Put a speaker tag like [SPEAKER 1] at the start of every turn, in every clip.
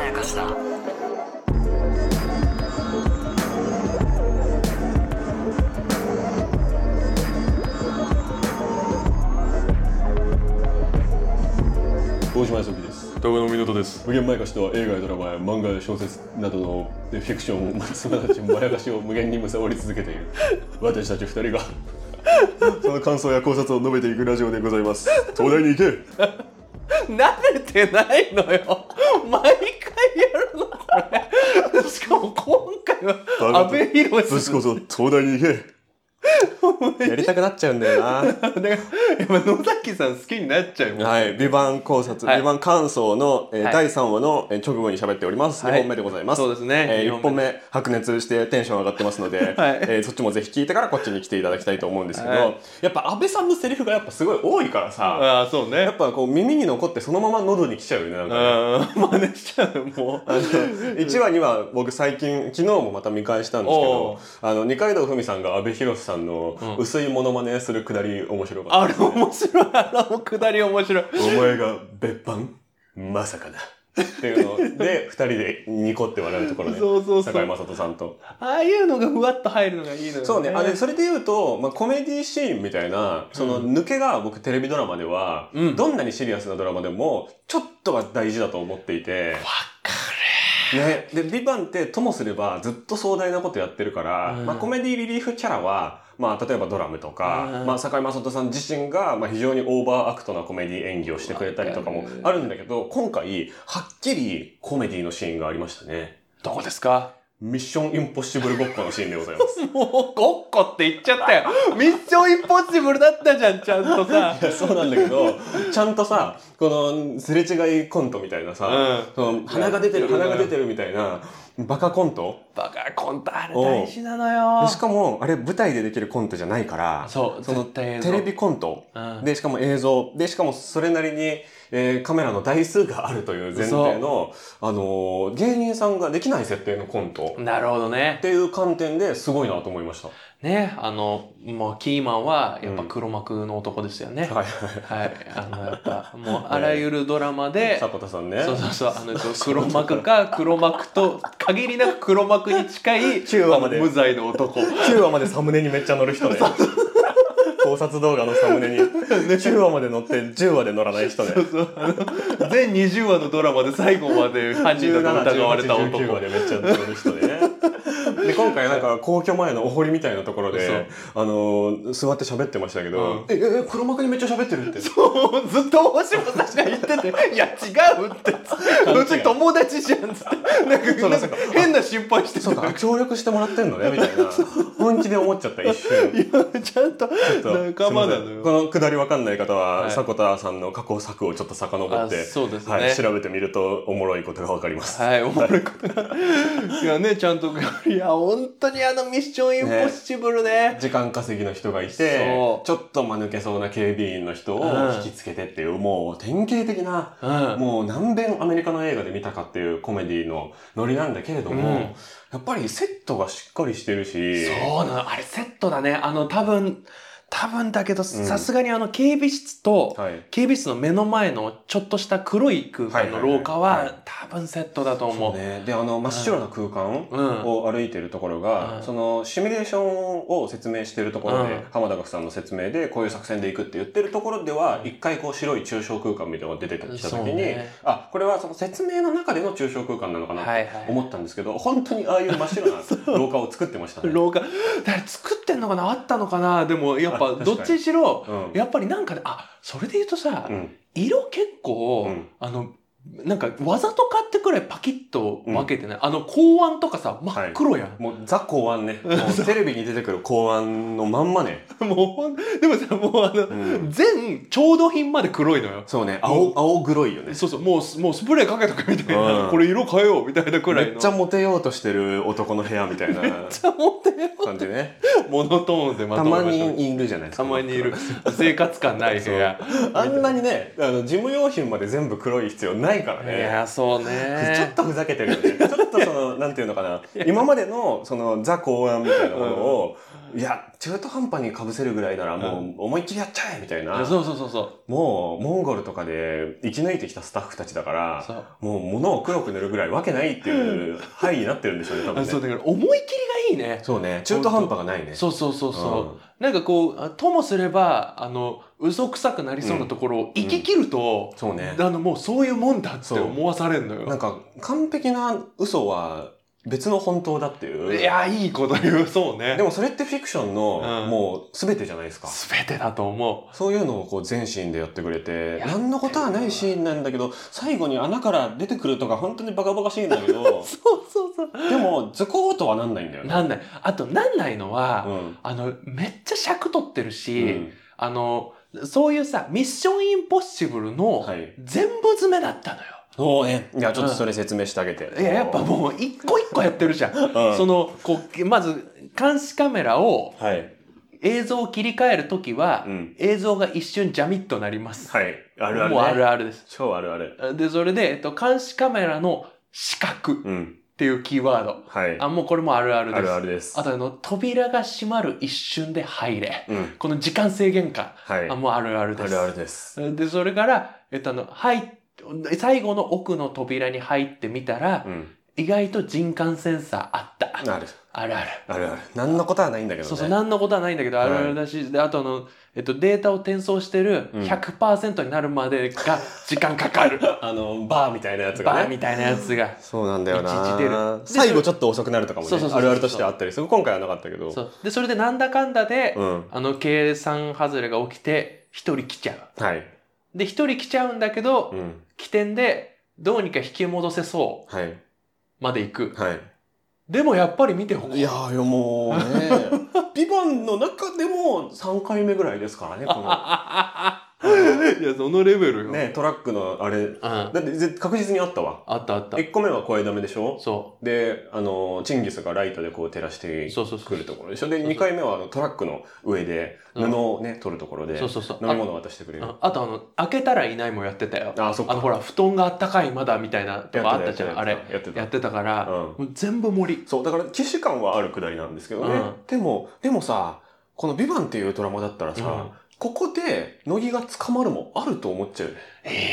[SPEAKER 1] やかしだ
[SPEAKER 2] 大島康之です
[SPEAKER 3] 動画の湊です。
[SPEAKER 2] 無限まやかしとは映画やドラマや漫画や小説などのフィクションをすなわちまやかしを無限に貪り続けてい る私たち二人がその感想や考察を述べていくラジオでござい ます東大に行け
[SPEAKER 4] 慣れてないのよ 毎回やるのこれしかも今回は阿部寛
[SPEAKER 2] 私こそ東大に行 けやりたくなっちゃうんだよな
[SPEAKER 4] だからやっぱ野崎さん好きになっちゃうもん
[SPEAKER 2] はい、美版考察、
[SPEAKER 4] はい
[SPEAKER 2] 美版感想の、えー
[SPEAKER 4] はい
[SPEAKER 2] 第3話のえー直後に喋っております。
[SPEAKER 4] はい
[SPEAKER 2] 2本目でございます。
[SPEAKER 4] そうですね
[SPEAKER 2] えー、
[SPEAKER 4] 二
[SPEAKER 2] 1
[SPEAKER 4] 本
[SPEAKER 2] 本目、白熱してテンション上がってます ので、えーそっちもぜひ聞いてからこっちに来ていただきたいと思うんですけど、
[SPEAKER 4] はい
[SPEAKER 2] やっぱ安倍さんのセリフがやっぱすごい多いからさ、
[SPEAKER 4] ああそうね
[SPEAKER 2] やっぱこう耳に残ってそのまま喉に来ちゃうよね、なん
[SPEAKER 4] うん
[SPEAKER 2] かね。
[SPEAKER 4] 真似しちゃうもう
[SPEAKER 2] 1話には僕最近昨日もまた見返したんですけ
[SPEAKER 4] お
[SPEAKER 2] ど
[SPEAKER 4] う
[SPEAKER 2] あの二階堂ふみさんが阿部寛さんの薄いモノマネするくだり面白かった、
[SPEAKER 4] あれ面白いあれもくだり面白い
[SPEAKER 2] お前が別班まさかだ。っていうので、二人でニコって笑うところね。
[SPEAKER 4] そうそうそう
[SPEAKER 2] 坂井雅人さんと。
[SPEAKER 4] ああいうのがふわっと入るのがいいのよ、ね、
[SPEAKER 2] そうね、あれ、それで言うと、まあ、コメディシーンみたいな、その抜けが僕テレビドラマでは、
[SPEAKER 4] うん
[SPEAKER 2] どんなにシリアスなドラマでも、ちょっとは大事だと思っていて。わかる。ね、で、ビバンってともすればずっと壮大なことやってるから、
[SPEAKER 4] うん
[SPEAKER 2] まあ、コメディリリーフキャラは、まあ、例えばドラムとか、
[SPEAKER 4] うん
[SPEAKER 2] まあ、坂井雅人さん自身が、まあ、非常にオーバーアクトなコメディ演技をしてくれたりとかもあるんだけど、今回、はっきりコメディのシーンがありましたね。
[SPEAKER 4] どこですか
[SPEAKER 2] ミッションインポッシブルごっこのシーンでございます。
[SPEAKER 4] もうごっこって言っちゃったよミッションインポッシブルだったじゃんちゃんとさ
[SPEAKER 2] いやそうなんだけどちゃんとさこのすれ違いコントみたいなさ、
[SPEAKER 4] うん
[SPEAKER 2] その鼻が出てる鼻が出てるみたいなバカコント
[SPEAKER 4] バカコントあれ大事なのよ
[SPEAKER 2] でしかもあれ舞台でできるコントじゃないから
[SPEAKER 4] そう
[SPEAKER 2] その
[SPEAKER 4] 絶対映像
[SPEAKER 2] テレビコント
[SPEAKER 4] うん
[SPEAKER 2] でしかも映像でしかもそれなりに、えーカメラの台数があるという前提の、あのー芸人さんができない設定のコントっ
[SPEAKER 4] なるほどね。
[SPEAKER 2] ていう観点ですごいなと思いました。
[SPEAKER 4] ね、あの、もうキーマンはやっぱ
[SPEAKER 2] うん
[SPEAKER 4] 黒幕の男ですよね。
[SPEAKER 2] はい、
[SPEAKER 4] はい。あの、やっぱ、もうあらゆるドラマで、
[SPEAKER 2] 迫田さんね
[SPEAKER 4] そうそうそう、あの、黒幕か黒幕と、限りなく黒幕に近い、
[SPEAKER 2] 9話まで
[SPEAKER 4] あの無罪の男。
[SPEAKER 2] 9話までサムネにめっちゃ載る人ね考察動画のサムネに9話まで載って10話で載らない人ね
[SPEAKER 4] そうあの全20話のドラマで最後まで犯人だと疑われた
[SPEAKER 2] 17 18
[SPEAKER 4] 男。
[SPEAKER 2] 19話でめっちゃ載る人ねで今回なんか皇居前のお堀みたいなところで、あのー座って喋ってましたけど、えええ黒幕にめっちゃ喋ってるって
[SPEAKER 4] も うずっと大島さんが言ってて「いや違う」って「うち友達じゃん」っつって
[SPEAKER 2] そうだ
[SPEAKER 4] なん
[SPEAKER 2] そう
[SPEAKER 4] か
[SPEAKER 2] だ
[SPEAKER 4] 変な心配してた
[SPEAKER 2] そう か協力してもらってんのねみたいな本気で思っちゃった一瞬
[SPEAKER 4] いやちゃんと仲間なの
[SPEAKER 2] すいません
[SPEAKER 4] よ。
[SPEAKER 2] このくだりわかんない方は、
[SPEAKER 4] はい
[SPEAKER 2] 迫田さんの過去作をちょっと遡って
[SPEAKER 4] あそうですね
[SPEAKER 2] はい、調べてみるとおもろいことがわかります、
[SPEAKER 4] はい、おもろいことが。いやね、ちゃんと、いや、本当にあのミッションインポッシブルね。
[SPEAKER 2] 時間稼ぎの人がいて
[SPEAKER 4] そう
[SPEAKER 2] ちょっと間抜けそうな警備員の人を
[SPEAKER 4] うん
[SPEAKER 2] 引きつけてっていう、もう典型的な、
[SPEAKER 4] うん
[SPEAKER 2] もう何遍アメリカの映画で見たかっていうコメディのノリなんだけれども、
[SPEAKER 4] うん
[SPEAKER 2] やっぱりセットがしっかりしてるし
[SPEAKER 4] そうなの、あれセットだね。あの、多分、多分だけど、さすがにあの警備室と、
[SPEAKER 2] はい
[SPEAKER 4] 警備室の目の前のちょっとした黒い空間の廊
[SPEAKER 2] は
[SPEAKER 4] 下
[SPEAKER 2] いはいはい
[SPEAKER 4] は
[SPEAKER 2] は
[SPEAKER 4] 多分セットだと思
[SPEAKER 2] そう
[SPEAKER 4] う。
[SPEAKER 2] ね、であの真っ白な空間
[SPEAKER 4] うん
[SPEAKER 2] を歩いてるところが、
[SPEAKER 4] うん
[SPEAKER 2] そのシミュレーションを説明してるところで、
[SPEAKER 4] うん
[SPEAKER 2] 浜田岳さんの説明でこういう作戦で行くって言ってるところでは一回こう白い抽象空間みたいなのが出てきた
[SPEAKER 4] そう
[SPEAKER 2] 時に、
[SPEAKER 4] ね
[SPEAKER 2] あこれはその説明の中での抽象空間なのかな
[SPEAKER 4] はい
[SPEAKER 2] と
[SPEAKER 4] はい
[SPEAKER 2] 思ったんですけど、本当にああいう真っ 白な廊下を作ってましたね。
[SPEAKER 4] 廊下、だから作ってんのかなあったのかなでも、やっ
[SPEAKER 2] あ
[SPEAKER 4] ぱ、
[SPEAKER 2] 確か
[SPEAKER 4] ど
[SPEAKER 2] に
[SPEAKER 4] っちにしろ、
[SPEAKER 2] うん
[SPEAKER 4] やっぱりなんかね、あ、それで言うとさ、
[SPEAKER 2] うん
[SPEAKER 4] 色結構、
[SPEAKER 2] うん
[SPEAKER 4] あの、なんかわざとかってくらいパキッと分けてない、あの公安とかさ真っ黒やん、
[SPEAKER 2] もうザ公安 ね。もうテレビに出てくる公安のまんまね。
[SPEAKER 4] もうほんでもさもうあの、
[SPEAKER 2] うん
[SPEAKER 4] 全調度品まで黒いのよ
[SPEAKER 2] そうね、青、青黒いよね。
[SPEAKER 4] そうそうもうスもうスプレーかけとくみたいな、
[SPEAKER 2] うん
[SPEAKER 4] これ色変えようみたいなくらいの
[SPEAKER 2] めっちゃモテようとしてる男の部屋みたい な
[SPEAKER 4] ゃモテよ
[SPEAKER 2] 感じね。
[SPEAKER 4] モノトーンでま
[SPEAKER 2] た
[SPEAKER 4] とめ
[SPEAKER 2] ま
[SPEAKER 4] ましょう
[SPEAKER 2] にいるじゃないですか。
[SPEAKER 4] たまにいる生活感ない部屋
[SPEAKER 2] あんなにね、あの事務用品まで全部黒い必要ないから
[SPEAKER 4] い
[SPEAKER 2] ね。
[SPEAKER 4] やそう
[SPEAKER 2] ちょっ
[SPEAKER 4] ね
[SPEAKER 2] とふざ けてるよね。ちょっとその、なんていうのかな。今までの、その、ザ公安みたいなものを、いや、中途半端に被せるぐらいならもう思いっきりやっちゃえみたいな。
[SPEAKER 4] そうそうそうそう
[SPEAKER 2] もう、モンゴルとかで生き抜いてきたスタッフたちだから、
[SPEAKER 4] そう
[SPEAKER 2] もう物を黒く塗るぐらいわけないっていう範囲になってるんでしょうね、多分
[SPEAKER 4] あ
[SPEAKER 2] ね。
[SPEAKER 4] そうだから思い切りがいいね
[SPEAKER 2] そうね。中途半端がないね。
[SPEAKER 4] そうそうそうそう、なんかこうあともすればあの嘘くさくなりそうなところを生き切ると、
[SPEAKER 2] そうね。
[SPEAKER 4] あのもうそういうもんだって
[SPEAKER 2] そう
[SPEAKER 4] 思わされるの
[SPEAKER 2] なん
[SPEAKER 4] よ
[SPEAKER 2] か、完璧な嘘は別の本当だっていう。
[SPEAKER 4] いやいいこと言うそうね
[SPEAKER 2] でもそれってフィクションの、
[SPEAKER 4] うん
[SPEAKER 2] もう全てじゃないですか。
[SPEAKER 4] 全てだと思
[SPEAKER 2] そういうのをこう全シーンでやってくれて、
[SPEAKER 4] や
[SPEAKER 2] 何のことはないシーンなんだけど、最後に穴から出てくるとか本当にバカバカしいんだけど
[SPEAKER 4] う、そうそうそう
[SPEAKER 2] でも、図工とはなんないんだよね。
[SPEAKER 4] なんないあとなんないのは、
[SPEAKER 2] うん。
[SPEAKER 4] あのめっちゃ尺取ってるし、
[SPEAKER 2] うん
[SPEAKER 4] あのそういうさミッションインポッシブルの
[SPEAKER 2] はい
[SPEAKER 4] 全部詰めだったのよ、
[SPEAKER 2] そうね。いや、ちょっとそれ説明してあげて。
[SPEAKER 4] いややっぱもう一個一個やってるじゃん
[SPEAKER 2] うん、
[SPEAKER 4] そのこうまず監視カメラを
[SPEAKER 2] はい。
[SPEAKER 4] 映像を切り替えるときは、
[SPEAKER 2] うん
[SPEAKER 4] 映像が一瞬ジャミッとなります。
[SPEAKER 2] はい。あるある、ね。
[SPEAKER 4] もうあるあるです。
[SPEAKER 2] 超あるある。
[SPEAKER 4] で、それで、えっと、監視カメラの視覚っ
[SPEAKER 2] うん。
[SPEAKER 4] ていうキーワード。
[SPEAKER 2] はい。
[SPEAKER 4] あ、もうこれもあるあるです。
[SPEAKER 2] あるあるです。
[SPEAKER 4] あとあの、扉が閉まる一瞬で入れ。
[SPEAKER 2] うん。
[SPEAKER 4] この時間制限感。
[SPEAKER 2] はい。
[SPEAKER 4] あ、
[SPEAKER 2] あ
[SPEAKER 4] もうあるあるです。
[SPEAKER 2] るあるです。
[SPEAKER 4] で、それから、えっと、あの、入っ最後の奥の扉に入ってみたら、
[SPEAKER 2] うん。
[SPEAKER 4] 意外と人感センサーあった。
[SPEAKER 2] ある。
[SPEAKER 4] あるある。
[SPEAKER 2] あるある。何のことはないんだけどね。
[SPEAKER 4] そうそう、何のことはないんだけど、あるあるだし、で、あとあの、えっと、データを転送してる
[SPEAKER 2] うん
[SPEAKER 4] 100%になるまでが時間かかる。
[SPEAKER 2] あの、バーみたいなやつがね。
[SPEAKER 4] バーみたいなやつが。
[SPEAKER 2] そうなんだよ
[SPEAKER 4] いちいち出る
[SPEAKER 2] な
[SPEAKER 4] で
[SPEAKER 2] 最後ちょっと遅くなるとかもね
[SPEAKER 4] そうそうそうそう
[SPEAKER 2] あるあるとしてはあったりする今回はなかったけど
[SPEAKER 4] そう。で、それでなんだかんだで、
[SPEAKER 2] うん
[SPEAKER 4] あの、計算外れが起きて、一人来ちゃう。
[SPEAKER 2] はい
[SPEAKER 4] で、一人来ちゃうんだけど
[SPEAKER 2] う、ん
[SPEAKER 4] 起点で、どうにか引き戻せそ
[SPEAKER 2] はい、
[SPEAKER 4] うまで行く。
[SPEAKER 2] はい、
[SPEAKER 4] でもやっぱり見てほ
[SPEAKER 2] いやーいやもうね「ビバンの中でも3回目ぐらいですからねこの
[SPEAKER 4] いや、そのレベルよ。
[SPEAKER 2] ねトラックのあれ
[SPEAKER 4] うん。あ
[SPEAKER 2] だってぜ確実にあったわ
[SPEAKER 4] ったあった。
[SPEAKER 2] 1個目は声だめでしょ
[SPEAKER 4] そ
[SPEAKER 2] であのチンギスがライトでこう照らして
[SPEAKER 4] う。そうそうそ
[SPEAKER 2] く
[SPEAKER 4] う
[SPEAKER 2] る。ところでしょで
[SPEAKER 4] そうそう
[SPEAKER 2] 2回目はあのトラックの上で
[SPEAKER 4] うん
[SPEAKER 2] 布をね取るところで
[SPEAKER 4] そうそうそう。
[SPEAKER 2] 飲み物を渡してくれる
[SPEAKER 4] ああとあの開けたらいないもやってたよ
[SPEAKER 2] あそっか
[SPEAKER 4] あのほら布団があったかいまだみたいなとかあったじゃんあれ
[SPEAKER 2] やってた
[SPEAKER 4] やってたから、
[SPEAKER 2] う
[SPEAKER 4] もう全部森
[SPEAKER 2] そう、だから既視感はあるくだりなんですけどね。
[SPEAKER 4] うん
[SPEAKER 2] でも、でもさ、この「ビバンっていうドラマだったらさ、
[SPEAKER 4] うん
[SPEAKER 2] ここで乃木が捕まるもあると思っちゃうよね。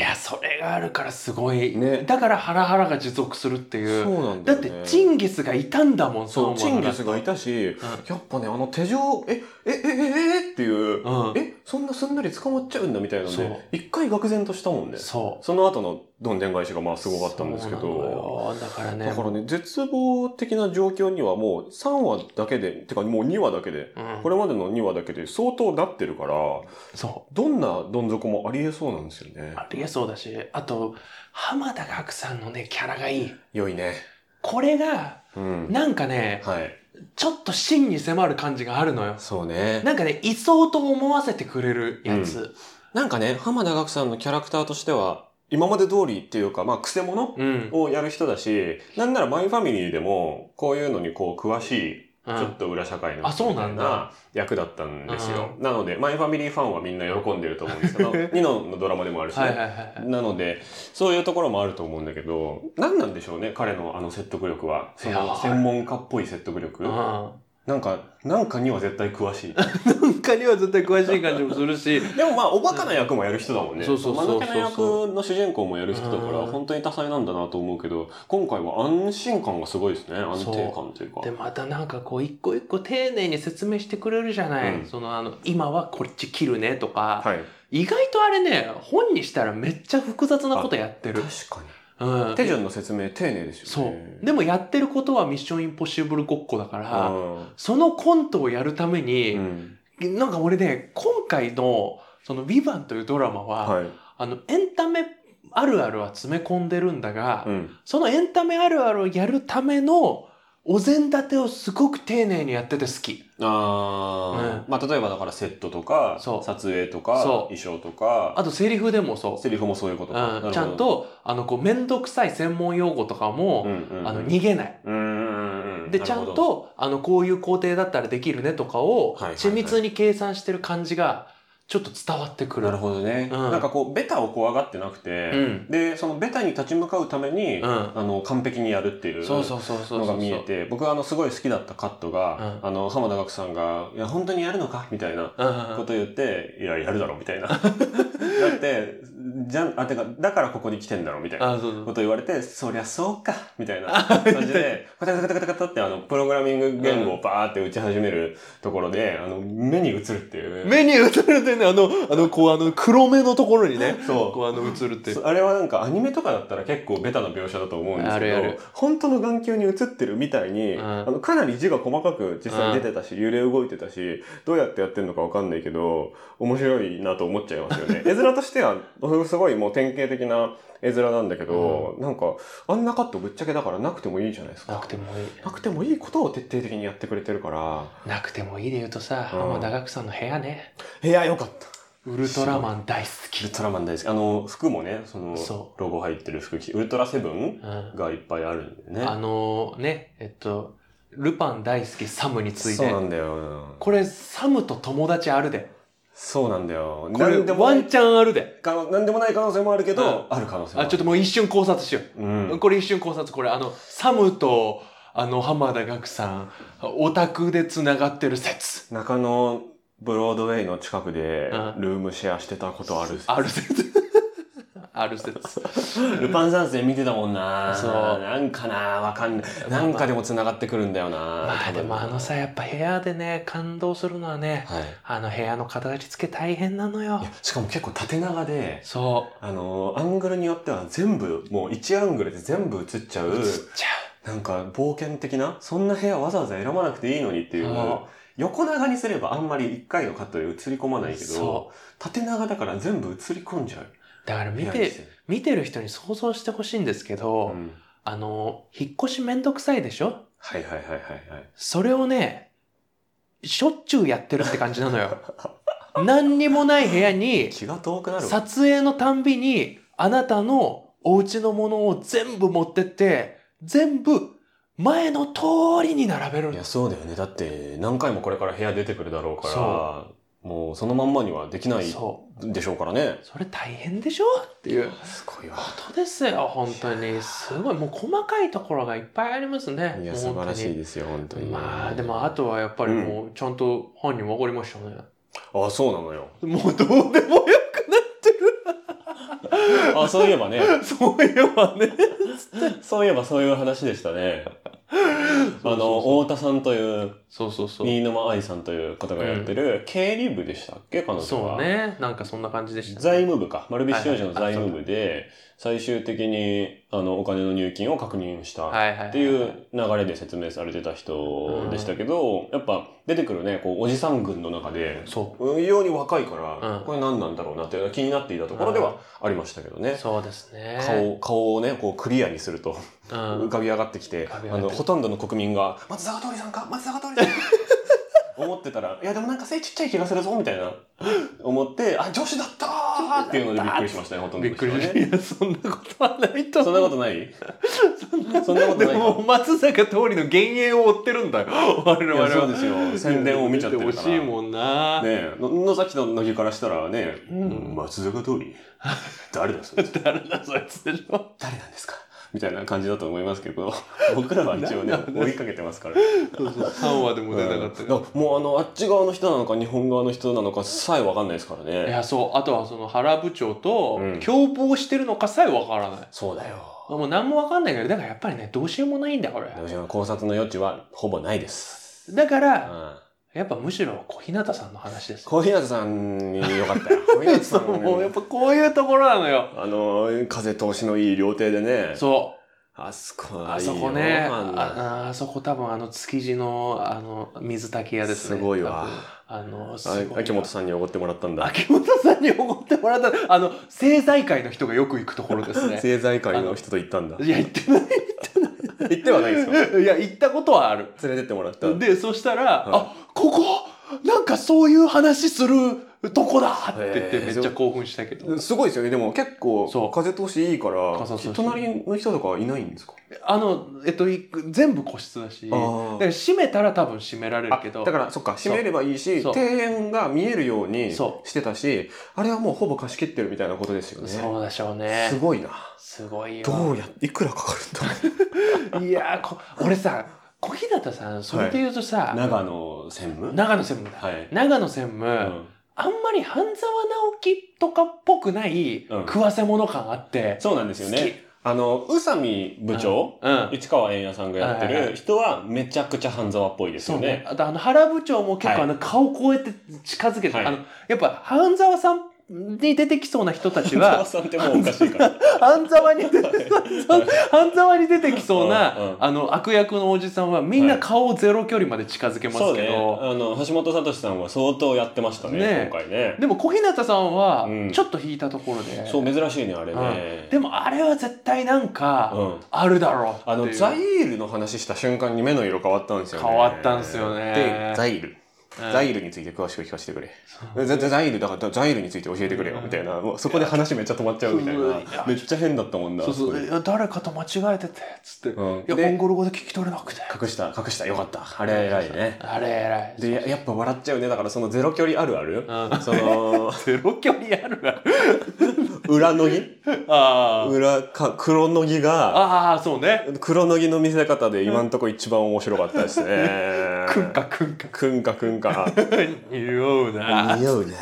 [SPEAKER 4] いやそれがあるからすごい、
[SPEAKER 2] ね
[SPEAKER 4] だからハラハラが持続するっていう
[SPEAKER 2] そうなんだ
[SPEAKER 4] だ
[SPEAKER 2] よ
[SPEAKER 4] っ
[SPEAKER 2] ね。
[SPEAKER 4] てチンギスがいたんだもん
[SPEAKER 2] そう、チンギスがい
[SPEAKER 4] た
[SPEAKER 2] たし、やっぱね、あの手錠、え、え、え、え、えっていう、
[SPEAKER 4] うん、うん、
[SPEAKER 2] え、そんなすんなり捕まっちゃうんだみたいなの
[SPEAKER 4] そう
[SPEAKER 2] で、一回愕然としたもんね。
[SPEAKER 4] そう
[SPEAKER 2] その後のどんでん返しがまあすごかったんですけ
[SPEAKER 4] そうなの
[SPEAKER 2] ど。
[SPEAKER 4] よだからね
[SPEAKER 2] だからね、絶望的な状況にはもう3話だけで、てかもう2話だけで、
[SPEAKER 4] うん、
[SPEAKER 2] これまでの2話だけで相当なってるから、
[SPEAKER 4] そ
[SPEAKER 2] どんなどん底もありえそうなんですよね
[SPEAKER 4] う。ありえそうだしあと浜田岳さんのねキャラがいい
[SPEAKER 2] 良いね。
[SPEAKER 4] これが
[SPEAKER 2] うん。
[SPEAKER 4] なんかね
[SPEAKER 2] はい。
[SPEAKER 4] ちょっと真に迫る感じがあるのよ
[SPEAKER 2] そうね。
[SPEAKER 4] なんかね、いそうと思わせてくれるやつ。
[SPEAKER 2] なんかね、浜田岳さんのキャラクターとしては、今まで通りっていうか、まあ、癖者
[SPEAKER 4] うん。
[SPEAKER 2] をやる人だし、なんならマイファミリーでも、こういうのにこう、詳しい、
[SPEAKER 4] う
[SPEAKER 2] ち
[SPEAKER 4] ん
[SPEAKER 2] ょっと裏社会の
[SPEAKER 4] あそうなん
[SPEAKER 2] み
[SPEAKER 4] だ
[SPEAKER 2] たい役だったんですよ。なので、マイファミリーファンはみんな喜んでると思うん ですけど、ニノのドラマでもあるしね。
[SPEAKER 4] はいはいはい。
[SPEAKER 2] なので、そういうところもあると思うんだけど、何なんでしょうね、彼のあの説得力は。そ
[SPEAKER 4] いや
[SPEAKER 2] の
[SPEAKER 4] ー
[SPEAKER 2] 専門家っぽい説得力。
[SPEAKER 4] う
[SPEAKER 2] なんか、なんかには絶対詳しい。
[SPEAKER 4] ん。文化には絶対詳しい感じもするし。
[SPEAKER 2] でもまあ、おバカな役もやる人だもんね。
[SPEAKER 4] そうそうそう
[SPEAKER 2] の間抜けな役の主人公もやる人だか
[SPEAKER 4] う
[SPEAKER 2] ら、
[SPEAKER 4] ん
[SPEAKER 2] 本当に多彩なんだなと思うけど、今回は安心感がすごいですね。安定感というか。
[SPEAKER 4] で、またなんかこう、一個一個丁寧に説明してくれるじゃない。
[SPEAKER 2] うん
[SPEAKER 4] その、あの、今はこっち切るねとか、
[SPEAKER 2] はい。
[SPEAKER 4] 意外とあれね、本にしたらめっちゃ複雑なことやってる
[SPEAKER 2] 確。か
[SPEAKER 4] うん
[SPEAKER 2] に。手。順の説明丁寧ですよ
[SPEAKER 4] そ
[SPEAKER 2] ね。
[SPEAKER 4] う。でもやってることはミッションインポッシブルごっこだから、
[SPEAKER 2] あ
[SPEAKER 4] そのコントをやるため
[SPEAKER 2] ーう
[SPEAKER 4] に、
[SPEAKER 2] ん。
[SPEAKER 4] なんか俺ね、今回の、その、ヴィヴァンというドラマは、
[SPEAKER 2] はい。
[SPEAKER 4] あの、エンタメあるあるは詰め込んでるんだが、
[SPEAKER 2] うん。
[SPEAKER 4] そのエンタメあるあるをやるためのお膳立てをすごく丁寧にやってて好き。
[SPEAKER 2] ああ。まあ、例えばだからセットとか、
[SPEAKER 4] そう
[SPEAKER 2] 撮影とか、
[SPEAKER 4] そう
[SPEAKER 2] 衣装とか、
[SPEAKER 4] あとセリフでもそう。
[SPEAKER 2] セリフもそういうことか
[SPEAKER 4] うん、ちゃん、と、あの、こう、めんどくさい専門用語とか
[SPEAKER 2] な
[SPEAKER 4] も、
[SPEAKER 2] るほどうんうんうん
[SPEAKER 4] あの、逃げない。
[SPEAKER 2] うんうんうん
[SPEAKER 4] で、ちゃん、と、あの、こういう工程だったらできるねとかを
[SPEAKER 2] はいはいは、い
[SPEAKER 4] 緻密に計算してる感じが、
[SPEAKER 2] ちょっと伝わってくる
[SPEAKER 4] なるほどね、うん
[SPEAKER 2] なんかこうベタを怖がってなくて、
[SPEAKER 4] うん
[SPEAKER 2] でそのベタに立ち向かうために、
[SPEAKER 4] うん
[SPEAKER 2] あの完璧にやるっていう
[SPEAKER 4] そうそうそうそうそう
[SPEAKER 2] のが見えて僕はあのすごい好きだったカットが、
[SPEAKER 4] うん
[SPEAKER 2] あの浜田岳さんが「いや本当にやるのか?」みたいな
[SPEAKER 4] うんうんう
[SPEAKER 2] こ
[SPEAKER 4] ん
[SPEAKER 2] と言って「いややるだろ」みたい な。だってじゃんあてかだからここに来てんだろみたいな。
[SPEAKER 4] あそうそう
[SPEAKER 2] こと言われて、そりゃそうか、みたいな感じで、カタカタカタカタカタって、あの、プログラミング言語をバーって打ち始めるところで、あの、目に映るっていう。
[SPEAKER 4] 目に映るってねあのあのこうあの黒目のところにね
[SPEAKER 2] そう
[SPEAKER 4] こうあの映るって
[SPEAKER 2] そうあれはなんかアニメとかだったら結構ベタな描写だと思うんですけど
[SPEAKER 4] あるある
[SPEAKER 2] 本当の眼球に映ってるみたいに、
[SPEAKER 4] うん
[SPEAKER 2] あのかなり字が細かく実際に出てたし、揺れ動いてたしどうやってやってるのかわかんないけど面白いなと思っちゃいます よね絵面としてはすごいもう典型的な絵面なんだけど、なんかあんなカットぶっちゃけだからなくてもいいじゃないですか
[SPEAKER 4] なくてもいい
[SPEAKER 2] なくてもいいことを徹底的にやってくれてるから
[SPEAKER 4] なくてもいいで言うとさ
[SPEAKER 2] うん
[SPEAKER 4] 浜田岳さんの部屋ね
[SPEAKER 2] 部屋良かった
[SPEAKER 4] ウルトラマン大好
[SPEAKER 2] ウ
[SPEAKER 4] き
[SPEAKER 2] ルトラマン大好きあの服もねその
[SPEAKER 4] そ
[SPEAKER 2] ロゴ入ってる服着てウルトラセブン
[SPEAKER 4] うん
[SPEAKER 2] がいっぱいあるんでね
[SPEAKER 4] あのね、えっと、ルパン大好きサムについ
[SPEAKER 2] そう
[SPEAKER 4] て
[SPEAKER 2] な、んだよ
[SPEAKER 4] これサムと友達あるで。
[SPEAKER 2] そうなんだよ
[SPEAKER 4] これ
[SPEAKER 2] 何でも
[SPEAKER 4] ワ
[SPEAKER 2] ない
[SPEAKER 4] ンチャンあるで。
[SPEAKER 2] 可能なんでもない可能性もあるけど、ある可能性も
[SPEAKER 4] あ、ちょっ
[SPEAKER 2] と
[SPEAKER 4] ともう一瞬考察しよ
[SPEAKER 2] う
[SPEAKER 4] う。
[SPEAKER 2] ん
[SPEAKER 4] これ一瞬考察。これあの、サムと、あの、浜田岳さん、オタクで繋がってる説。
[SPEAKER 2] 中野ブロードウェイの近くで
[SPEAKER 4] うん
[SPEAKER 2] ルームシェアしてたことある
[SPEAKER 4] ある 説。ある説。
[SPEAKER 2] ルパン三世見てたもんな
[SPEAKER 4] そう
[SPEAKER 2] なんかなわかんないなんかでも繋がってくるんだよな
[SPEAKER 4] まあ
[SPEAKER 2] 多
[SPEAKER 4] で
[SPEAKER 2] 分
[SPEAKER 4] もあのさ、やっぱ部屋でね、感動するのはね、
[SPEAKER 2] はい
[SPEAKER 4] あの部屋の形付け大変なのよ
[SPEAKER 2] いや。しかも結構縦長で
[SPEAKER 4] そ
[SPEAKER 2] あのアングルによっては全部もう1アングルで全部映っちゃう
[SPEAKER 4] う。映っちゃ
[SPEAKER 2] なんか冒険的なそんな部屋わざわざ選ばなくていいのにっていう
[SPEAKER 4] うん
[SPEAKER 2] 横長にすればあんまり1回のカットで映り込まないけど
[SPEAKER 4] そ
[SPEAKER 2] 縦長だから全部映り込んじゃう
[SPEAKER 4] う。だから見
[SPEAKER 2] 部屋に
[SPEAKER 4] て
[SPEAKER 2] し、る
[SPEAKER 4] 見てる人に想像してほしいんですけ
[SPEAKER 2] う
[SPEAKER 4] ど、
[SPEAKER 2] ん
[SPEAKER 4] あの、引っ越しめんどくさいでしょ
[SPEAKER 2] はいはいはいはいはい
[SPEAKER 4] それをね、しょっちゅうやってるって感じな のよ。何にもない部屋に、
[SPEAKER 2] 気が遠くなるわ
[SPEAKER 4] 撮影のたんびに、あなたのお家のものを全部持ってって、全部前の通りに並べる
[SPEAKER 2] いやそうだよねだって何回もこれから部屋出てくるだろうか
[SPEAKER 4] そ
[SPEAKER 2] らもうそのまんまにはできない
[SPEAKER 4] そ
[SPEAKER 2] でしょうからね
[SPEAKER 4] う。それ大変でしょっていうこ
[SPEAKER 2] すごいわ
[SPEAKER 4] とですよ、本当に。すごい。もう細かいところがいっぱいありますね。
[SPEAKER 2] いや
[SPEAKER 4] もう
[SPEAKER 2] 素
[SPEAKER 4] 本
[SPEAKER 2] 晴
[SPEAKER 4] 当に
[SPEAKER 2] らしいですよ本当に
[SPEAKER 4] まあ、でもあとはやっぱりもう、ちゃんと本人分かりましたね。
[SPEAKER 2] あそうなのよ
[SPEAKER 4] もうどうでもよくなってる。
[SPEAKER 2] あそういえばね
[SPEAKER 4] そういえばね。
[SPEAKER 2] そういえばそういう話でしたねあ
[SPEAKER 4] そうそう
[SPEAKER 2] の
[SPEAKER 4] そう
[SPEAKER 2] 太田さんという
[SPEAKER 4] そうそうそう。
[SPEAKER 2] 新沼愛さんという方がやってる経理部でしたっけ彼女は
[SPEAKER 4] そうね。なんかそんな感じでした、
[SPEAKER 2] 財務部か丸菱商事の
[SPEAKER 4] はいは
[SPEAKER 2] 財
[SPEAKER 4] い
[SPEAKER 2] 務部で最終的にあのお金の入金を確認した
[SPEAKER 4] はいはいは。
[SPEAKER 2] っていう流れで説明されてた人でしたけど、やっぱ出てくるね、こう、おじさん群の中で、
[SPEAKER 4] そ
[SPEAKER 2] 非常に若いから、
[SPEAKER 4] うん
[SPEAKER 2] これ何なんだろうなっていうのが気になっていたところではありましたけど
[SPEAKER 4] う。
[SPEAKER 2] ね。
[SPEAKER 4] そうですね。
[SPEAKER 2] 顔、顔をね、こうクリアにすると
[SPEAKER 4] うん。
[SPEAKER 2] 浮かび上がってきて、
[SPEAKER 4] 浮かび上
[SPEAKER 2] あ
[SPEAKER 4] がってくる
[SPEAKER 2] の、ほとんどの国民が、松坂桃李さんか松坂桃李さんか 思ってたら、いやでもなんか背ちっちゃい気がするぞ、みたいな、思って、あ、女子だったーっていうのでびっくりしましたね、ほとんど
[SPEAKER 4] びっ
[SPEAKER 2] の
[SPEAKER 4] く
[SPEAKER 2] 人
[SPEAKER 4] り
[SPEAKER 2] はね。
[SPEAKER 4] した。いや、そんなことはないと
[SPEAKER 2] そんな
[SPEAKER 4] 思う。
[SPEAKER 2] ことない そんなこと
[SPEAKER 4] で
[SPEAKER 2] ないか
[SPEAKER 4] も、松坂桃李の幻影を追ってるんだよ。 我々
[SPEAKER 2] いや
[SPEAKER 4] は。
[SPEAKER 2] そうですよ宣伝を見ちゃってる
[SPEAKER 4] 欲
[SPEAKER 2] から
[SPEAKER 4] しいもんな。
[SPEAKER 2] ねえの野崎と乃木からしたらね、
[SPEAKER 4] うん
[SPEAKER 2] 松坂通 り誰だそれ
[SPEAKER 4] 誰だ、そいつでしょ。
[SPEAKER 2] 誰なんですかみたいな感じだと思いますけど僕らは一応ね追いかけてますから、
[SPEAKER 4] そうそう。3話でも出なかった
[SPEAKER 2] うんもうあのあっち側の人なのか日本側の人なのかさえ分かんないですから
[SPEAKER 4] い
[SPEAKER 2] ね
[SPEAKER 4] や、そう。あとはその原部長と
[SPEAKER 2] うん
[SPEAKER 4] 共謀してるのかさえわからない。
[SPEAKER 2] そうだよ
[SPEAKER 4] もう何もわかんないけど、だからやっぱりね、どうしようもないんだよ、これ。
[SPEAKER 2] でも考察の余地はほぼないです、
[SPEAKER 4] だか
[SPEAKER 2] う
[SPEAKER 4] ら、
[SPEAKER 2] ん、
[SPEAKER 4] やっぱむしろ小日向さんの話です。
[SPEAKER 2] 小日向さんによか ったよ小日向さ
[SPEAKER 4] そ
[SPEAKER 2] ん
[SPEAKER 4] う、もうやっぱこういうところなのよ。
[SPEAKER 2] あの風通しのいい料亭でね
[SPEAKER 4] そ
[SPEAKER 2] あそこ
[SPEAKER 4] う。
[SPEAKER 2] は
[SPEAKER 4] あ
[SPEAKER 2] いいよ
[SPEAKER 4] そこね。
[SPEAKER 2] あんな
[SPEAKER 4] あああそこ多分あの築地の、あの、水炊き屋ですね。
[SPEAKER 2] すごいわ
[SPEAKER 4] 多分。あの、す
[SPEAKER 2] あ
[SPEAKER 4] ごいわ
[SPEAKER 2] 秋元さんにおごってもらったんだ。
[SPEAKER 4] 秋元さんに怒ってもらった、あの、政財界の人がよく行くところです ね。
[SPEAKER 2] 政財界の人と行ったんだ。
[SPEAKER 4] いや、行ってない。
[SPEAKER 2] 行ってはないですか
[SPEAKER 4] いや、行ったことはある。
[SPEAKER 2] 連れてってもらった。
[SPEAKER 4] でそしたら、
[SPEAKER 2] はい
[SPEAKER 4] あここなんかそういう話するどこだって言って
[SPEAKER 2] へー
[SPEAKER 4] めっちゃ興奮したけど。
[SPEAKER 2] すごいですよね。でも結
[SPEAKER 4] そう
[SPEAKER 2] 構、風通しいいから
[SPEAKER 4] 風通しいい、
[SPEAKER 2] 隣の人とかはいないんですか
[SPEAKER 4] あの、えっと、い全部個室だし、だ
[SPEAKER 2] あ
[SPEAKER 4] か
[SPEAKER 2] ー
[SPEAKER 4] ら閉めたら多分閉められる
[SPEAKER 2] あ
[SPEAKER 4] けど、
[SPEAKER 2] だから、そっか、閉めればいいし、
[SPEAKER 4] そう
[SPEAKER 2] 庭園が見えるようにし
[SPEAKER 4] そ
[SPEAKER 2] てたし、あれはもうほぼ貸し切ってるみたいなことですよね。
[SPEAKER 4] そうでしょうね
[SPEAKER 2] す。ごいな。
[SPEAKER 4] すごいよ。
[SPEAKER 2] どうや、いくらかかるん
[SPEAKER 4] いやーこ、俺さ、小日向さん、それで言うとさ、
[SPEAKER 2] だ長野専務
[SPEAKER 4] 長野専務だ。
[SPEAKER 2] はい。
[SPEAKER 4] 長野専務、
[SPEAKER 2] うん
[SPEAKER 4] あんまり半沢直樹とかっぽくない
[SPEAKER 2] うん
[SPEAKER 4] 食わせ物感あって、
[SPEAKER 2] そうなんですよね。あの、宇佐美部長、
[SPEAKER 4] うん。
[SPEAKER 2] 市川円也さんがやって
[SPEAKER 4] はいはいは
[SPEAKER 2] る人はめちゃくちゃ半沢っぽいです
[SPEAKER 4] そ
[SPEAKER 2] よ
[SPEAKER 4] うね
[SPEAKER 2] ね。。
[SPEAKER 4] あと、あの、原部長も結
[SPEAKER 2] はい
[SPEAKER 4] 構、あの、顔こうやって近づけて、
[SPEAKER 2] はい
[SPEAKER 4] あの、やっぱ、半沢さんに出てきそうな人たち
[SPEAKER 2] 半沢
[SPEAKER 4] は、
[SPEAKER 2] さんってもうおかしいから。
[SPEAKER 4] 半沢に出て、半沢に出てきそうな、
[SPEAKER 2] うんうん
[SPEAKER 4] あの、悪役のおじさんは、みんな
[SPEAKER 2] はい
[SPEAKER 4] 顔をゼロ距離まで近づけます
[SPEAKER 2] そう
[SPEAKER 4] け
[SPEAKER 2] ね。
[SPEAKER 4] ど、
[SPEAKER 2] あの、橋本聡さんは相当やってましたね、
[SPEAKER 4] ね
[SPEAKER 2] 今回ね。
[SPEAKER 4] でも、小日向さんは
[SPEAKER 2] う、ん
[SPEAKER 4] ちょっと引いたところで、
[SPEAKER 2] そう、珍しいね、あれね。
[SPEAKER 4] でも、あれは絶対なん
[SPEAKER 2] う
[SPEAKER 4] か、
[SPEAKER 2] ん。
[SPEAKER 4] あるだろうっていう。
[SPEAKER 2] あの、ザイールの話した瞬間に目の色変わったんですよね。
[SPEAKER 4] 変わったんですよね
[SPEAKER 2] で、ザイール。
[SPEAKER 4] うん
[SPEAKER 2] ザイールについて詳しく聞かせてくれ。全然ザイールだから、ザイールについて教えてくれよ、みたいな。もうそこで話めっちゃ止まっちゃうみたいう
[SPEAKER 4] わいや
[SPEAKER 2] な。めっちゃ変だったもんな。
[SPEAKER 4] そうそ
[SPEAKER 2] あこ
[SPEAKER 4] う、
[SPEAKER 2] で
[SPEAKER 4] いや誰かと間違えてて、つって、
[SPEAKER 2] うん
[SPEAKER 4] いや、
[SPEAKER 2] で
[SPEAKER 4] モンゴル語で聞き取れなくて。
[SPEAKER 2] 隠した、隠した、よかった。あれ偉いね。
[SPEAKER 4] あれ偉い。
[SPEAKER 2] で、ややっぱ笑っちゃうね。だからそのゼロ距離あるある、
[SPEAKER 4] うん
[SPEAKER 2] その、
[SPEAKER 4] ゼロ距離あるわ。
[SPEAKER 2] 裏のぎ
[SPEAKER 4] あ
[SPEAKER 2] 裏か、黒のぎが、
[SPEAKER 4] ああ、そうね。
[SPEAKER 2] 黒のぎの見せ方で今んとこ一番面白かったですね。
[SPEAKER 4] くんかくんか。
[SPEAKER 2] くんかくんか。
[SPEAKER 4] 匂うな。
[SPEAKER 2] 似合うね。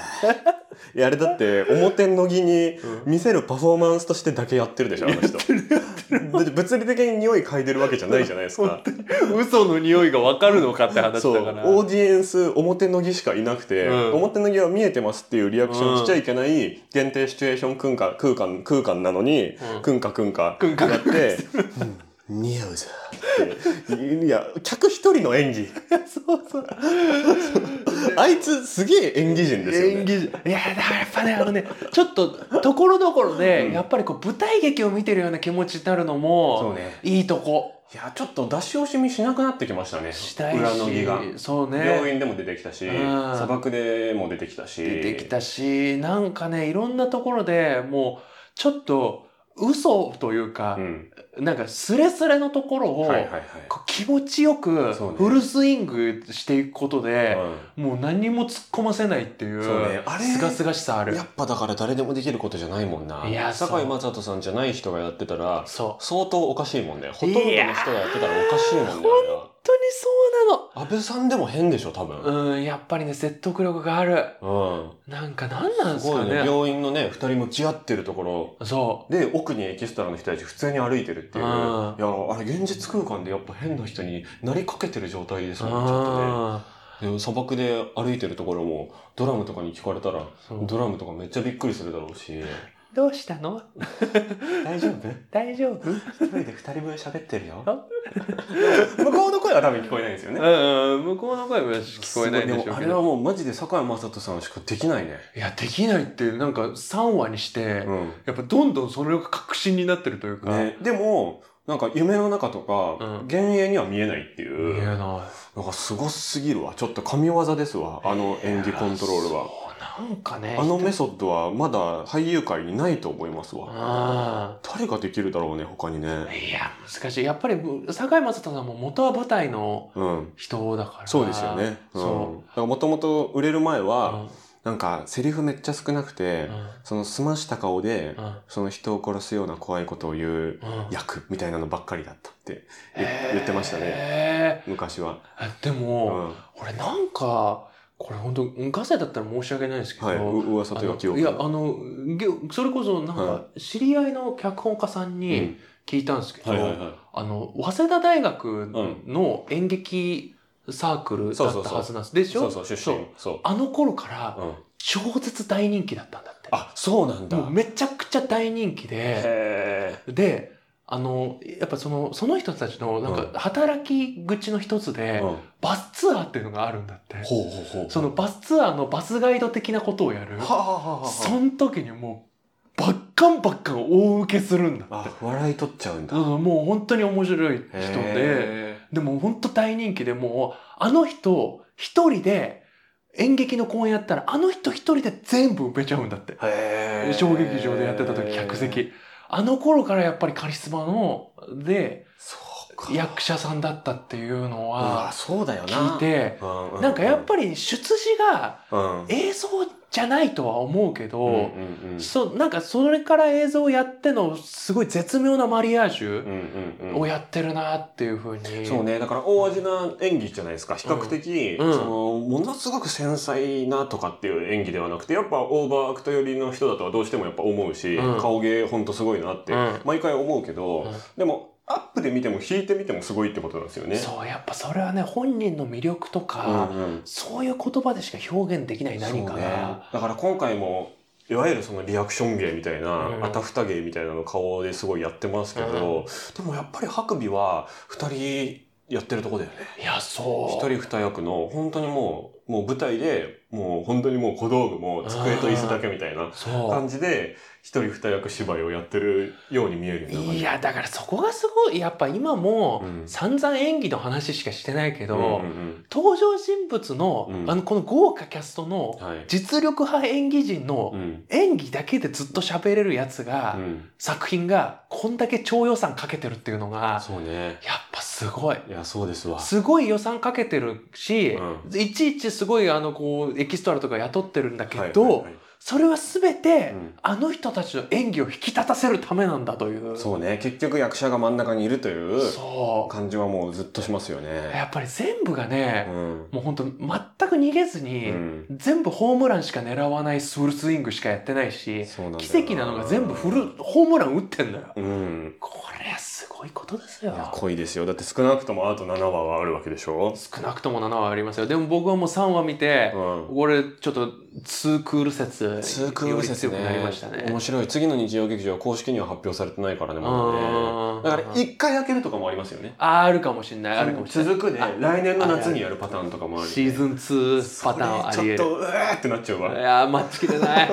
[SPEAKER 2] いやあれだって表のぎに見せるパフォーマンスとしてだけやってるでしょあの人だって物理的に匂い嗅いでるわけじゃないじゃないですか
[SPEAKER 4] 嘘の匂いがわかるのかって話
[SPEAKER 2] そう
[SPEAKER 4] だ
[SPEAKER 2] オ
[SPEAKER 4] から。
[SPEAKER 2] ーディエンス表のぎしかいなくて、
[SPEAKER 4] うん
[SPEAKER 2] 表のぎは見えてますっていうリアクションしちゃいけない限定シチュエーション空間空間空間なのに、
[SPEAKER 4] うん
[SPEAKER 2] くんかくんか
[SPEAKER 4] くんか
[SPEAKER 2] や って、うん似合うじゃんっていや客一人の演技
[SPEAKER 4] そうそう。
[SPEAKER 2] あいつすげえ演技人ですよね
[SPEAKER 4] 演技じいや、だからやっぱね、あのね、ちょっと、ところどころで、やっぱりこう、舞台劇を見てるような気持ちになるの
[SPEAKER 2] そう
[SPEAKER 4] も、
[SPEAKER 2] ね
[SPEAKER 4] いいとこ。
[SPEAKER 2] いやちょっと出し惜しみしなくなってきましたね
[SPEAKER 4] したいし。
[SPEAKER 2] 裏のぎが、
[SPEAKER 4] そうね。
[SPEAKER 2] 病院でも出てきたし
[SPEAKER 4] うん
[SPEAKER 2] 砂漠でも出てきたし
[SPEAKER 4] 出てきたし、なんかね、いろんなところでもう、ちょっと、嘘というか
[SPEAKER 2] う、ん、
[SPEAKER 4] なんかスレスレのところを、
[SPEAKER 2] はいはいはい
[SPEAKER 4] こう気持ちよく
[SPEAKER 2] そうね
[SPEAKER 4] フルスイングしていくことで、
[SPEAKER 2] うん
[SPEAKER 4] もう何も突っ込ませないっていう、
[SPEAKER 2] そうねあれ
[SPEAKER 4] すがすがしさある
[SPEAKER 2] や。っぱだから誰でもできることじゃないもんない
[SPEAKER 4] やそう
[SPEAKER 2] 堺雅人さんじゃない人がやってたら
[SPEAKER 4] そう。
[SPEAKER 2] 相当おかしいもんねほとんどの人がやってたらおかしいもんね
[SPEAKER 4] 本当にそ
[SPEAKER 2] 安倍さんでも変でしょ多
[SPEAKER 4] うな
[SPEAKER 2] 分
[SPEAKER 4] の。うん、やっぱりね、説得力がある。
[SPEAKER 2] う
[SPEAKER 4] なんか何なん
[SPEAKER 2] ん
[SPEAKER 4] です
[SPEAKER 2] すご
[SPEAKER 4] か
[SPEAKER 2] いね
[SPEAKER 4] ね。
[SPEAKER 2] 病院のね二人向き合ってるところ
[SPEAKER 4] そ
[SPEAKER 2] で奥にエキストラの人たち普通に歩いてるっていう
[SPEAKER 4] う
[SPEAKER 2] い
[SPEAKER 4] ん
[SPEAKER 2] やあれ現実空間でやっぱ変な人になりかけてる状態です
[SPEAKER 4] う。
[SPEAKER 2] もんねちょっとね
[SPEAKER 4] あ
[SPEAKER 2] で砂漠で歩いてるところもドラムとかに聞かれたら
[SPEAKER 4] そう
[SPEAKER 2] ドラムとかめっちゃびっくりするだろうし
[SPEAKER 4] ーどうしたの
[SPEAKER 2] 大丈夫
[SPEAKER 4] 大丈夫
[SPEAKER 2] 一人で二人分喋ってるよ向こうの声は多分聞こえないんですよね
[SPEAKER 4] うん、向こうの声も聞こえないんでしょう
[SPEAKER 2] す
[SPEAKER 4] け
[SPEAKER 2] ご
[SPEAKER 4] ど。
[SPEAKER 2] もあれはもうマジで堺雅人さんしかできないね
[SPEAKER 4] いや、できないって、なんか3話にして、
[SPEAKER 2] うん
[SPEAKER 4] やっぱどんどんそれが確信になってるというか、
[SPEAKER 2] ね、でもなんか夢の中とか、
[SPEAKER 4] うん
[SPEAKER 2] 幻影には見えないって
[SPEAKER 4] 見
[SPEAKER 2] いう
[SPEAKER 4] えな
[SPEAKER 2] なんかすごすぎるわちょっと神業ですわあの
[SPEAKER 4] い。
[SPEAKER 2] 演技コントロールは
[SPEAKER 4] そう。なんかね。
[SPEAKER 2] あのメソッドはまだ俳優界にないと思いますわ
[SPEAKER 4] あ
[SPEAKER 2] 誰ができるだろうね他に
[SPEAKER 4] あ。
[SPEAKER 2] ね
[SPEAKER 4] いや、難しい。やっぱり、堺雅人さんも元は舞台の
[SPEAKER 2] うん
[SPEAKER 4] 人だから。
[SPEAKER 2] そうですよね。うん、
[SPEAKER 4] そ
[SPEAKER 2] だからもともと売れる前
[SPEAKER 4] う。
[SPEAKER 2] は、なんかセリフめっちゃ少なくて、
[SPEAKER 4] うん。
[SPEAKER 2] その澄ました顔で、
[SPEAKER 4] うん。
[SPEAKER 2] その人を殺すような怖いことを言う
[SPEAKER 4] うん
[SPEAKER 2] 役みたいなのばっかりだったって言言ってましたね。
[SPEAKER 4] へ
[SPEAKER 2] 昔は。
[SPEAKER 4] ーあで
[SPEAKER 2] う
[SPEAKER 4] も、
[SPEAKER 2] ん。
[SPEAKER 4] 俺なんか、これ本当ガセだったら申し訳ないですけど、
[SPEAKER 2] はい。う噂
[SPEAKER 4] あ
[SPEAKER 2] という
[SPEAKER 4] の
[SPEAKER 2] か記憶。
[SPEAKER 4] いや、あの、げそれこそなんか
[SPEAKER 2] は、
[SPEAKER 4] 知り合いの脚本家さん
[SPEAKER 2] う
[SPEAKER 4] に
[SPEAKER 2] ん
[SPEAKER 4] 聞いたんですけど、
[SPEAKER 2] はいはいはい。
[SPEAKER 4] あの、早稲田大学の演劇サークルだったはずなんです。でしょ
[SPEAKER 2] そうそう、出身。そう。
[SPEAKER 4] あの頃から
[SPEAKER 2] うん。
[SPEAKER 4] 超絶大人気だったんだって。
[SPEAKER 2] あ、そうなんだ。
[SPEAKER 4] もうめちゃくちゃ大人気で、
[SPEAKER 2] へえ。
[SPEAKER 4] で、あの、やっぱその、その人たちの、なん
[SPEAKER 2] う
[SPEAKER 4] か、働き口の一つで、
[SPEAKER 2] うん。
[SPEAKER 4] バスツアーっていうのがあるんだって。
[SPEAKER 2] ほうほうほう。
[SPEAKER 4] そのバスツアーのバスガイド的なことをやる。
[SPEAKER 2] はあはあはあ
[SPEAKER 4] その時にもう、バッカンバッカン大受けするんだって。
[SPEAKER 2] あ、笑い取っちゃうんだ。
[SPEAKER 4] うんもう本当に面白い人で、
[SPEAKER 2] へ
[SPEAKER 4] でも本当大人気でもうあの人一人で演劇の公演やったらあの人一人で全部埋めちゃうんだって
[SPEAKER 2] へー
[SPEAKER 4] 小劇場でやってた時客。席あの頃からやっぱりカリスマので
[SPEAKER 2] そうか。
[SPEAKER 4] 役者さんだったっていうの
[SPEAKER 2] うわ、
[SPEAKER 4] は
[SPEAKER 2] そうだよな。
[SPEAKER 4] 聞いて
[SPEAKER 2] うん、う
[SPEAKER 4] なんかやっぱり出自が
[SPEAKER 2] うん
[SPEAKER 4] 映像じゃないとは思うけ
[SPEAKER 2] うん
[SPEAKER 4] ど、
[SPEAKER 2] うん
[SPEAKER 4] そうなんかそれから映像をやってのすごい絶妙なマリアージ
[SPEAKER 2] うんう
[SPEAKER 4] ュ
[SPEAKER 2] んうん
[SPEAKER 4] をやってるなっていうふうに、
[SPEAKER 2] そうね、だから大味な演技じゃないですか。比較的、
[SPEAKER 4] うん
[SPEAKER 2] その、ものすごく繊細なとかっていう演技ではなくて、やっぱオーバーアクト寄りの人だとはどうしてもやっぱ思うし、
[SPEAKER 4] うん
[SPEAKER 2] 顔芸ほんとすごいなって
[SPEAKER 4] うん、
[SPEAKER 2] 毎回思うけど、
[SPEAKER 4] うん
[SPEAKER 2] でも、アップで見ても弾いてみてもすごいってことなんですよね。
[SPEAKER 4] そうやっぱそれはね本人の魅力とか、
[SPEAKER 2] うんうん
[SPEAKER 4] そういう言葉でしか表現できない何か
[SPEAKER 2] そうね
[SPEAKER 4] が、
[SPEAKER 2] だから今回もいわゆるそのリアクション芸みたいな、
[SPEAKER 4] うん
[SPEAKER 2] あたふた芸みたいなの顔ですごいやってますけど、でもやっぱりハクビは2人やってるとこだよね
[SPEAKER 4] いや
[SPEAKER 2] 一
[SPEAKER 4] そう
[SPEAKER 2] 人二役の本当にもうもう舞台でもう本当にもう小道具も机と椅子だけみたいな
[SPEAKER 4] そ
[SPEAKER 2] 感じで一人二役芝居をやってるように見える
[SPEAKER 4] う
[SPEAKER 2] よね
[SPEAKER 4] いやだからそこがすごいやっぱ今も
[SPEAKER 2] うん
[SPEAKER 4] 散々演技の話しかしてないけど、
[SPEAKER 2] うんうん
[SPEAKER 4] 登場人物の,、
[SPEAKER 2] うん
[SPEAKER 4] あのこの豪華キャストの
[SPEAKER 2] うんはい
[SPEAKER 4] 実力派演技人の
[SPEAKER 2] うん
[SPEAKER 4] 演技だけでずっと喋れるやつが、
[SPEAKER 2] うん
[SPEAKER 4] 作品がこんだけ超予算かけてるっていうのが
[SPEAKER 2] そうね
[SPEAKER 4] やっぱすごい。
[SPEAKER 2] いやそうですわ
[SPEAKER 4] すごい予算かけてるし、いちいちすごいあのこうエキストラとか雇ってるんだけど、
[SPEAKER 2] はいはいはい
[SPEAKER 4] それは全て、
[SPEAKER 2] うん
[SPEAKER 4] あの人たちの演技を引き立たせるためなんだという
[SPEAKER 2] そうね結局役者が真ん中にいるという
[SPEAKER 4] そ
[SPEAKER 2] 感じはもうずっとしますよ
[SPEAKER 4] う
[SPEAKER 2] ね。
[SPEAKER 4] やっぱり全部がね
[SPEAKER 2] う、ん
[SPEAKER 4] もう本当全く逃げず
[SPEAKER 2] う
[SPEAKER 4] に、
[SPEAKER 2] ん
[SPEAKER 4] 全部ホームランしか狙わないスルスイングしかやってないし
[SPEAKER 2] そうなんだよ
[SPEAKER 4] 奇跡なのが全部フルホームラン打ってんだよ
[SPEAKER 2] うん
[SPEAKER 4] これはすごいことです
[SPEAKER 2] いや
[SPEAKER 4] よ
[SPEAKER 2] 濃いですよだって少なくともあと7話はあるわけでしょ、
[SPEAKER 4] 少なくとも7話ありますよでも僕はもう3話見て、
[SPEAKER 2] うん、
[SPEAKER 4] 俺ちょっとツークール説
[SPEAKER 2] ツークール説
[SPEAKER 4] より強くなりましたね
[SPEAKER 2] ね面白い次の日曜劇場は公式には発表されてないからね
[SPEAKER 4] あ
[SPEAKER 2] ま
[SPEAKER 4] ー
[SPEAKER 2] だねだから1回開けるとかもありますよね
[SPEAKER 4] ああるかもしれないあるかもしれない
[SPEAKER 2] 続くで来年の夏にやるパターンとかもある
[SPEAKER 4] シーズン2パターンはありえ
[SPEAKER 2] それちょっと
[SPEAKER 4] る
[SPEAKER 2] うわーってなっちゃう
[SPEAKER 4] い
[SPEAKER 2] わ
[SPEAKER 4] やー待ちきれ ない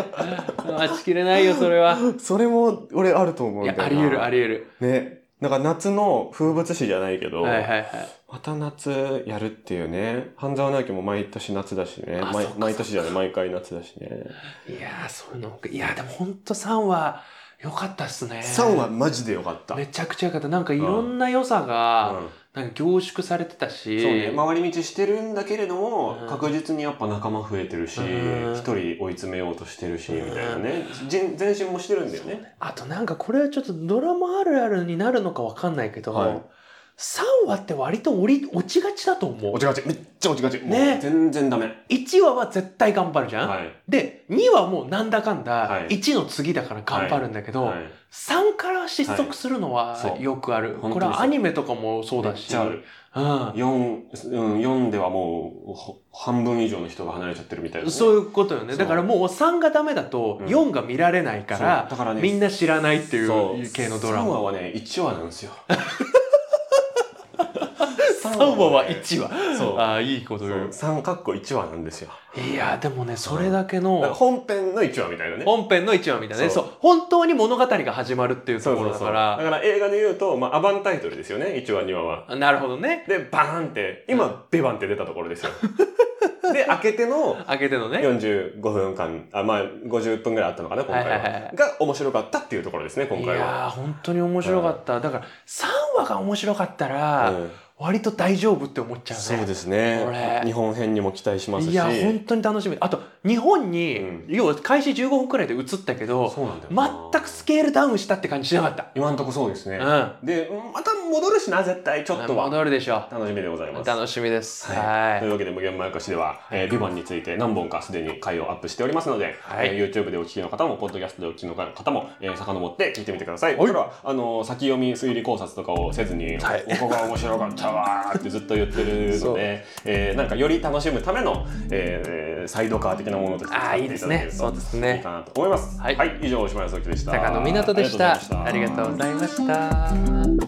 [SPEAKER 4] 待ちきれないよそれは
[SPEAKER 2] それも俺あると思
[SPEAKER 4] いやありえるあ
[SPEAKER 2] り
[SPEAKER 4] りえる
[SPEAKER 2] ねなんか夏の風物詩じゃないけど、
[SPEAKER 4] はいはいはい
[SPEAKER 2] また夏やるっていうね。半沢直樹も毎年夏だしね。
[SPEAKER 4] あ
[SPEAKER 2] 毎
[SPEAKER 4] そっか
[SPEAKER 2] 毎年じゃない、毎回夏だしね。
[SPEAKER 4] いやーそういうのいやーでもほんと3話良かったっすね
[SPEAKER 2] 3はマジでよかった。
[SPEAKER 4] めちゃくちゃ良かったなんかいろんな良さが、
[SPEAKER 2] うん
[SPEAKER 4] なんか凝縮されてたし
[SPEAKER 2] そうね、回り道してるんだけれども、
[SPEAKER 4] うん
[SPEAKER 2] 確実にやっぱ仲間増えてるし、一、
[SPEAKER 4] うん
[SPEAKER 2] 人追い詰めようとしてるし、みたいなね。人前進もしてるんだよね。
[SPEAKER 4] あとなんかこれはちょっとドラマあるあるになるのかわかんないけど、
[SPEAKER 2] はい
[SPEAKER 4] 3話って割と折り落ちがちだと思う
[SPEAKER 2] 落ちがち、めっちゃ落ちがち。もう
[SPEAKER 4] ね
[SPEAKER 2] 全然ダメ。
[SPEAKER 4] 1話は絶対頑張るじゃん、
[SPEAKER 2] はい。
[SPEAKER 4] で2はもうなんだかん
[SPEAKER 2] は
[SPEAKER 4] だ
[SPEAKER 2] い
[SPEAKER 4] 1の次だから頑張るんだけど、
[SPEAKER 2] はい
[SPEAKER 4] 3から失速するのは
[SPEAKER 2] はいそう
[SPEAKER 4] よくある、
[SPEAKER 2] 本当にそう
[SPEAKER 4] これはアニメとかもそう
[SPEAKER 2] め
[SPEAKER 4] だ
[SPEAKER 2] っ
[SPEAKER 4] し
[SPEAKER 2] ちゃある。
[SPEAKER 4] うん
[SPEAKER 2] 4、うん、4ではもうほ、半分以上の人が離れちゃってるみたいな、ね。
[SPEAKER 4] そういうことよね
[SPEAKER 2] そう
[SPEAKER 4] だからもう3がダメだと
[SPEAKER 2] うん
[SPEAKER 4] 4が見られないか
[SPEAKER 2] そう
[SPEAKER 4] ら、
[SPEAKER 2] だからね
[SPEAKER 4] みんな知らないってい
[SPEAKER 2] そう
[SPEAKER 4] 系のドラ
[SPEAKER 2] 3
[SPEAKER 4] マ
[SPEAKER 2] 話はね1話なんです よ
[SPEAKER 4] 3
[SPEAKER 2] 3
[SPEAKER 4] 話は1話
[SPEAKER 2] そう
[SPEAKER 4] ああいいこ
[SPEAKER 2] そ
[SPEAKER 4] と
[SPEAKER 2] う
[SPEAKER 4] 言う
[SPEAKER 2] 3かっこ1話なんですよ
[SPEAKER 4] いやでもねそれだ
[SPEAKER 2] だ
[SPEAKER 4] け
[SPEAKER 2] から
[SPEAKER 4] の
[SPEAKER 2] 本編の1話みたいなね
[SPEAKER 4] 本編の1話みたいなねそ
[SPEAKER 2] そう
[SPEAKER 4] う本当に物語が始まるっていうところだ
[SPEAKER 2] だ
[SPEAKER 4] か
[SPEAKER 2] から
[SPEAKER 4] ら
[SPEAKER 2] 映画で言うと、まあ、アバンタイトルですよね1話2話は
[SPEAKER 4] なるほどね
[SPEAKER 2] でバーンって今ベバンって出たところですよで開けて の
[SPEAKER 4] 開けてのね
[SPEAKER 2] 45分間あまあ50分ぐらいあったのかな今回は,、
[SPEAKER 4] はいはいはい
[SPEAKER 2] が面白かったっていうところですね今
[SPEAKER 4] い
[SPEAKER 2] 回は
[SPEAKER 4] やー本当に面白かった、だから3話が面白かったら、
[SPEAKER 2] うん
[SPEAKER 4] 割と大丈夫って思っちゃうね
[SPEAKER 2] そうです
[SPEAKER 4] こ
[SPEAKER 2] ね
[SPEAKER 4] れ
[SPEAKER 2] 日本編にも期待しますし
[SPEAKER 4] いや本当に楽しみあと日本に、
[SPEAKER 2] うん
[SPEAKER 4] 要は開始15分くらいで映ったけど
[SPEAKER 2] そうなんだよな
[SPEAKER 4] 全くスケールダウンしたって感じしなかった
[SPEAKER 2] 今んとこそうですね、
[SPEAKER 4] うん
[SPEAKER 2] でまた戻るしな絶対ちょっとは
[SPEAKER 4] 戻るでしょ
[SPEAKER 2] 楽しみでございます
[SPEAKER 4] 楽しみです
[SPEAKER 2] はい、とい
[SPEAKER 4] は
[SPEAKER 2] うわけで無限まやかしでは、えー、ビバンについて何本かすでに回をアップしておりますので、
[SPEAKER 4] はい
[SPEAKER 2] えー YouTube でお聞きの方も、ポッドキャストでお聞きの方も、えー、遡って聞いてみてください。これは、あのー先読み推理考察とかをせずに、
[SPEAKER 4] はい
[SPEAKER 2] ここが面白かったわーってずっと言ってる
[SPEAKER 4] そ
[SPEAKER 2] の
[SPEAKER 4] う
[SPEAKER 2] で、えー、なんかより楽しむための、えー、サイドカー的なものとして使っ
[SPEAKER 4] あー
[SPEAKER 2] て
[SPEAKER 4] い
[SPEAKER 2] い
[SPEAKER 4] い
[SPEAKER 2] た
[SPEAKER 4] で
[SPEAKER 2] だ
[SPEAKER 4] す
[SPEAKER 2] け
[SPEAKER 4] ね
[SPEAKER 2] る
[SPEAKER 4] そうです
[SPEAKER 2] といい
[SPEAKER 4] ね
[SPEAKER 2] かなと思います。
[SPEAKER 4] はい
[SPEAKER 2] 以上、おしまいのきでした。
[SPEAKER 4] 坂野湊斗でした
[SPEAKER 2] ありがとうございました
[SPEAKER 4] ありがとうございました